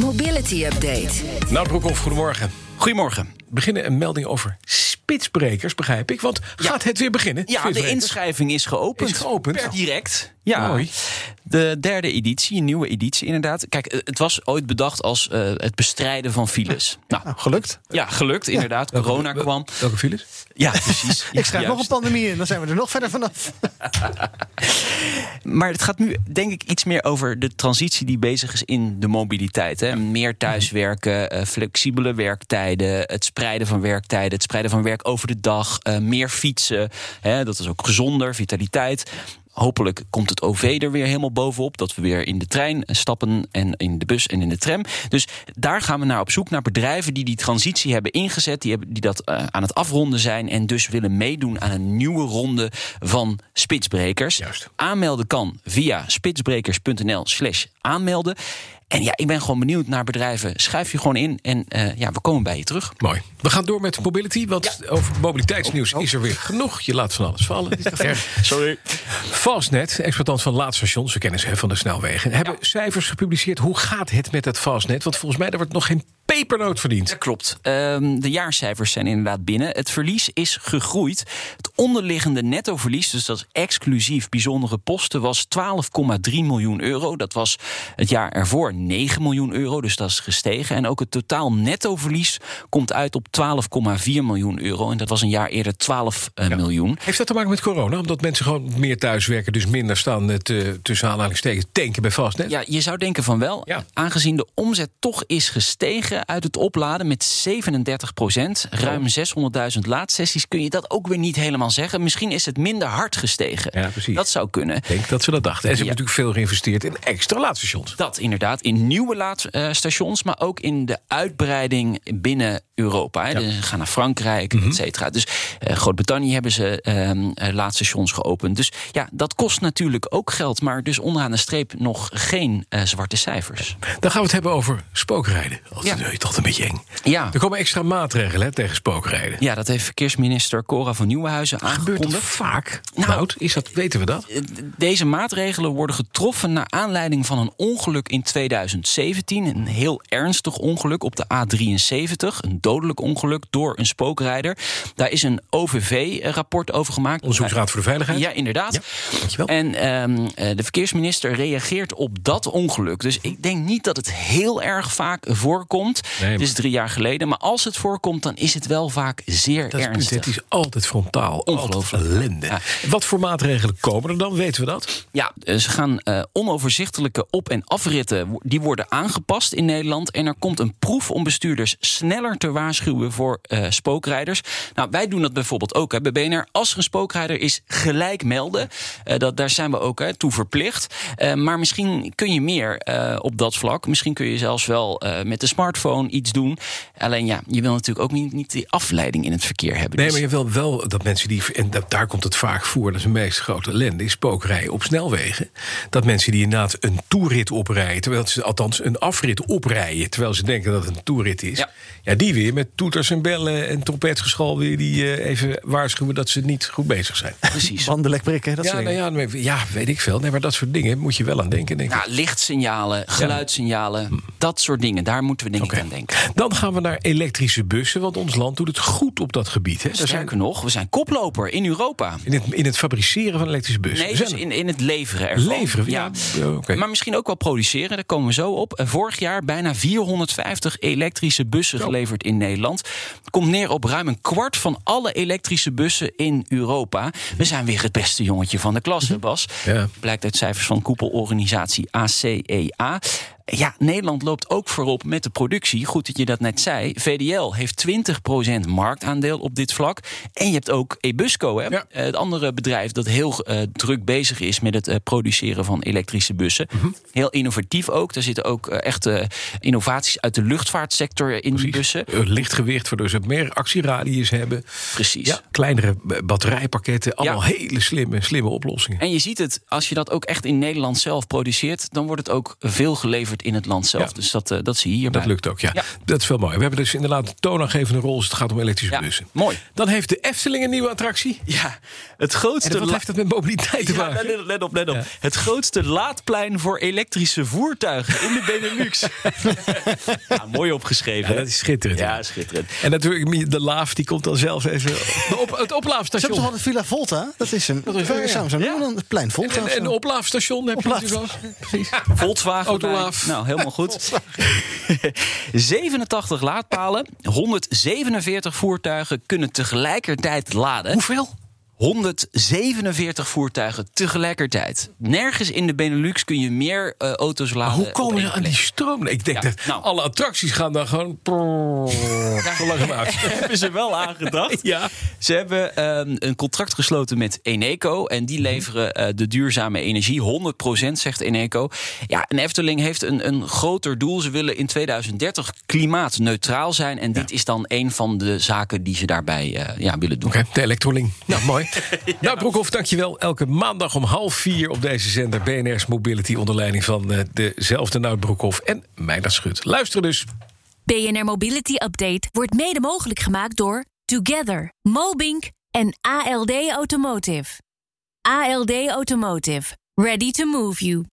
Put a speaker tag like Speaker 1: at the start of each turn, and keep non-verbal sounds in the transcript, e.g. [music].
Speaker 1: Mobility Update.
Speaker 2: Nou, Broekhoff, goedemorgen.
Speaker 3: Goedemorgen.
Speaker 2: We beginnen een melding over spitsbrekers, begrijp ik. Want gaat het weer beginnen?
Speaker 3: Ja, de
Speaker 2: Spitsbrekers?
Speaker 3: inschrijving is geopend.
Speaker 2: Is geopend.
Speaker 3: Per direct. Ja.
Speaker 2: Mooi.
Speaker 3: De derde editie, een nieuwe editie inderdaad. Kijk, eh, het was ooit bedacht als eh, het bestrijden van files. Nou,
Speaker 4: Nou, gelukt.
Speaker 3: ja, gelukt inderdaad.
Speaker 2: Welke-
Speaker 3: Corona
Speaker 2: wel-
Speaker 3: kwam.
Speaker 2: Welke files?
Speaker 3: Ja, precies.
Speaker 4: Ik schrijf nog een
Speaker 3: Juist.
Speaker 4: pandemie in, dan zijn we er nog verder [laughs] vanaf.
Speaker 3: Maar het gaat nu denk ik iets meer over de transitie die bezig is in de mobiliteit. Hè. Meer thuiswerken, eh, flexibele werktijden, het spreiden van werktijden, het spreiden van werk over de dag, eh, meer fietsen. Hè. Dat is ook gezonder, vitaliteit. Hopelijk komt het OV er weer helemaal bovenop. Dat we weer in de trein stappen en in de bus en in de tram. Dus daar gaan we naar op zoek naar bedrijven die die transitie hebben ingezet. Die, hebben, die dat eh, aan het afronden zijn. En dus willen meedoen aan een nieuwe ronde van spitsbrekers.
Speaker 2: Juist.
Speaker 3: Aanmelden kan via spitsbrekers.nl/slash aanmelden. En ja, ik ben gewoon benieuwd naar bedrijven. Schrijf je gewoon in en eh, ja, we komen bij je terug.
Speaker 2: Mooi. We gaan door met mobility, want over mobiliteitsnieuws is er weer genoeg. Je laat van alles vallen. Dit is erg.
Speaker 3: Sorry.
Speaker 2: Fastnet, exploitant van laadstations, we kennen ze hè, van de snelwegen... hebben cijfers gepubliceerd. Hoe gaat het met het Fastnet? Want volgens mij daar wordt nog geen pepernoot verdiend.
Speaker 3: Dat klopt. Ehm, de jaarcijfers zijn inderdaad binnen. Het verlies is gegroeid. Het onderliggende nettoverlies, dus dat is exclusief bijzondere posten, was 12,3 miljoen euro. Dat was het jaar ervoor 9 miljoen euro, dus dat is gestegen. En ook het totaal nettoverlies komt uit op 12,4 miljoen euro. En dat was een jaar eerder 12 eh, miljoen.
Speaker 2: Heeft dat te maken met corona? Omdat mensen gewoon meer thuiswerken, dus minder staan... eh, te, tussen aanhalingstekens tanken bij Fastnet?
Speaker 3: Ja, je zou denken van wel.
Speaker 2: Ja.
Speaker 3: Aangezien de omzet toch is gestegen uit het opladen met 37 procent. Ruim
Speaker 2: Oh.
Speaker 3: 600.000 laadsessies kun je dat ook weer niet helemaal zeggen. Misschien is het minder hard gestegen.
Speaker 2: Ja, precies.
Speaker 3: Dat zou kunnen.
Speaker 2: Ik denk dat ze dat dachten. En ze
Speaker 3: Ja.
Speaker 2: hebben natuurlijk veel geïnvesteerd in extra laadstations.
Speaker 3: Dat inderdaad in nieuwe laadstations, maar ook in de uitbreiding binnen Europa. Hè. Dus ze gaan naar Frankrijk,
Speaker 2: Mhm.
Speaker 3: et cetera. Dus eh, Groot-Brittannië hebben ze ehm, eh, laadstations geopend. Dus ja, dat kost natuurlijk ook geld, maar dus onderaan de streep nog geen eh, zwarte cijfers.
Speaker 2: Dan gaan we het hebben over spookrijden. Oh, Dat
Speaker 3: Ja.
Speaker 2: is toch een beetje eng.
Speaker 3: Ja.
Speaker 2: Er komen extra maatregelen hè, tegen spookrijden.
Speaker 3: Ja, dat heeft verkeersminister Cora van Nieuwenhuizen
Speaker 2: Ah, Gebeurt dat
Speaker 3: aangekondigd.
Speaker 2: vaak? Nou,
Speaker 3: Nou, eh,
Speaker 2: is dat, weten we dat?
Speaker 3: Deze maatregelen worden getroffen naar aanleiding van een ongeluk in 2017. Een heel ernstig ongeluk op de A73. Een dodelijk ongeluk door een spookrijder. Daar is een OVV-rapport over gemaakt.
Speaker 2: Onderzoeksraad voor de Veiligheid?
Speaker 3: Ja, inderdaad.
Speaker 2: dankjewel.
Speaker 3: En ehm, eh, de verkeersminister reageert op dat ongeluk. Dus ik denk niet dat het heel erg vaak voorkomt.
Speaker 2: Nee, maar-
Speaker 3: Dit is drie jaar geleden. Maar als het voorkomt, dan is het wel vaak zeer
Speaker 2: Dat is,
Speaker 3: ernstig.
Speaker 2: het is altijd frontaal.
Speaker 3: Ongelooflijk.
Speaker 2: Altijd ellende.
Speaker 3: Ja.
Speaker 2: Wat voor maatregelen komen er dan? Weten we dat?
Speaker 3: Ja, eh, ze gaan eh, onoverzichtelijke op- en afritten. wo- Die worden aangepast in Nederland. En er komt een proef om bestuurders sneller te waarschuwen voor eh, spookrijders. Nou, wij doen dat bijvoorbeeld ook hè, bij BNR. Als er een spookrijder is, gelijk melden. Eh, dat, daar zijn we ook hè, toe verplicht. Eh, maar misschien kun je meer eh, op dat vlak. Misschien kun je zelfs wel eh, met de smartphone iets doen. Alleen ja, je wil natuurlijk ook niet, niet die afleiding in het verkeer hebben.
Speaker 2: Nee,
Speaker 3: Dus-
Speaker 2: maar je wil wel dat mensen die... En dat, daar komt het vaak voor, dat is de meest grote ellende... is spookrijden op snelwegen. Dat mensen die inderdaad een toerit oprijden... terwijl ze althans een afrit oprijden... terwijl ze denken dat het een toerit is... Ja.
Speaker 3: Ja.
Speaker 2: die weer met toeters en bellen en trompetgeschal... weer die eh, even waarschuwen dat ze niet goed bezig zijn.
Speaker 3: [laughs] precies.
Speaker 4: Wandelen, prikken, dat
Speaker 2: Ja,
Speaker 4: soort
Speaker 2: nou
Speaker 4: dingen.
Speaker 2: ja, nee, ja, weet ik veel. Nee, maar dat soort dingen moet je wel aan denken, denk ik.
Speaker 3: Ja, Nou, lichtsignalen, geluidssignalen, dat soort dingen. Daar moeten we denk
Speaker 2: Hm. Oké. Dus
Speaker 3: ik aan denken.
Speaker 2: Dan gaan we naar elektrische bussen, want ons land doet het goed op dat gebied. Hè? Daar zijn,
Speaker 3: Dus Sterker nog, we zijn koploper in Europa.
Speaker 2: in, het, in het fabriceren van elektrische bussen.
Speaker 3: Nee,
Speaker 2: We
Speaker 3: dus
Speaker 2: zijn-
Speaker 3: in, in het leveren ervan.
Speaker 2: Leveren, ja. Ja, oké.
Speaker 3: Maar misschien ook wel produceren, daar komen we zo op. Eh, Vorig jaar bijna 450 elektrische bussen geleverd in Nederland. Komt neer op ruim een kwart van alle elektrische bussen in Europa. We zijn weer het beste jongetje van de klas, hè, Bas.
Speaker 2: Mhm. Ja.
Speaker 3: Blijkt uit cijfers van koepelorganisatie ACEA. Ja, Nederland loopt ook voorop met de productie. Goed dat je dat net zei. VDL heeft 20% marktaandeel op dit vlak. En je hebt ook Ebusco, hè?
Speaker 2: Ja.
Speaker 3: Eh, het andere bedrijf dat heel eh, druk bezig is met het eh, produceren van elektrische bussen.
Speaker 2: Mhm.
Speaker 3: Heel innovatief ook. Daar zitten ook eh, echte innovaties uit de luchtvaartsector in die bussen.
Speaker 2: Eh, Licht gewicht, waardoor ze meer actieradius hebben.
Speaker 3: Precies.
Speaker 2: Ja, kleinere eh, batterijpakketten. Allemaal
Speaker 3: Ja.
Speaker 2: hele slimme, slimme oplossingen.
Speaker 3: En je ziet het, als je dat ook echt in Nederland zelf produceert, dan wordt het ook veel geleverd geleverd in het land zelf.
Speaker 2: Ja.
Speaker 3: Dus dat, eh, dat zie je hierbij.
Speaker 2: Dat lukt ook, ja.
Speaker 3: Ja.
Speaker 2: Dat is wel mooi. We hebben dus inderdaad een toonaangevende rol als het gaat om elektrische
Speaker 3: Ja,
Speaker 2: bussen.
Speaker 3: mooi.
Speaker 2: Dan heeft de Efteling een nieuwe attractie.
Speaker 3: Ja, het
Speaker 2: En
Speaker 3: grootste...
Speaker 2: wat
Speaker 3: la-
Speaker 2: heeft dat met mobiliteit te
Speaker 3: Ja,
Speaker 2: maken?
Speaker 3: let, let op, let op.
Speaker 2: Ja.
Speaker 3: Het grootste laadplein voor elektrische voertuigen in
Speaker 2: [laughs]
Speaker 3: de Benelux. ja, mooi opgeschreven.
Speaker 2: Ja, dat is schitterend,
Speaker 3: Ja,
Speaker 2: ja.
Speaker 3: schitterend.
Speaker 2: En natuurlijk, de laaf die komt dan zelf even. op, het
Speaker 4: Ze hebben toch al
Speaker 2: oplaafstation.
Speaker 4: de Villa Volta? Dat is hem.
Speaker 2: is waar, ja.
Speaker 4: Samen zo noemen we dan het plein Volta.
Speaker 2: En
Speaker 4: of zo.
Speaker 2: een oplaafstation heb je
Speaker 4: Oplaaf.
Speaker 2: natuurlijk wel.
Speaker 3: [laughs]
Speaker 2: eens. Precies.
Speaker 3: Volkswagen.
Speaker 2: Autolaaf.
Speaker 3: bij. Nou, helemaal
Speaker 2: [laughs]
Speaker 3: goed. 87 laadpalen, 147 voertuigen kunnen tegelijkertijd laden.
Speaker 2: Hoeveel?
Speaker 3: 147 voertuigen tegelijkertijd. Nergens in de Benelux kun je meer eh, auto's laden.
Speaker 2: Hoe
Speaker 3: eh, op
Speaker 2: komen
Speaker 3: één
Speaker 2: ze aan
Speaker 3: plek.
Speaker 2: die stroom? Ik denk
Speaker 3: Ja,
Speaker 2: dat
Speaker 3: nou.
Speaker 2: alle attracties gaan dan gewoon.
Speaker 3: [laughs]
Speaker 2: Zo lang uit.
Speaker 3: hebben ze wel aangedacht.
Speaker 2: Ja.
Speaker 3: Ze hebben ehm, een contract gesloten met Eneco. En die leveren eh, de duurzame energie. 100% zegt Eneco. Ja, en Efteling heeft een, een groter doel. Ze willen in 2030 klimaatneutraal zijn. En dit is dan een van de zaken die ze daarbij eh, ja, willen doen.
Speaker 2: Oké, de Electroling. Nou, mooi. Nou, Broekhoff, dankjewel. Elke maandag om half vier op deze zender BNR's Mobility... onder leiding van eh, dezelfde Nout Broekhoff en Meijda Schut. Luister dus.
Speaker 1: BNR Mobility Update wordt mede mogelijk gemaakt door Together, Mobink en ALD Automotive. ALD Automotive. Ready to move you.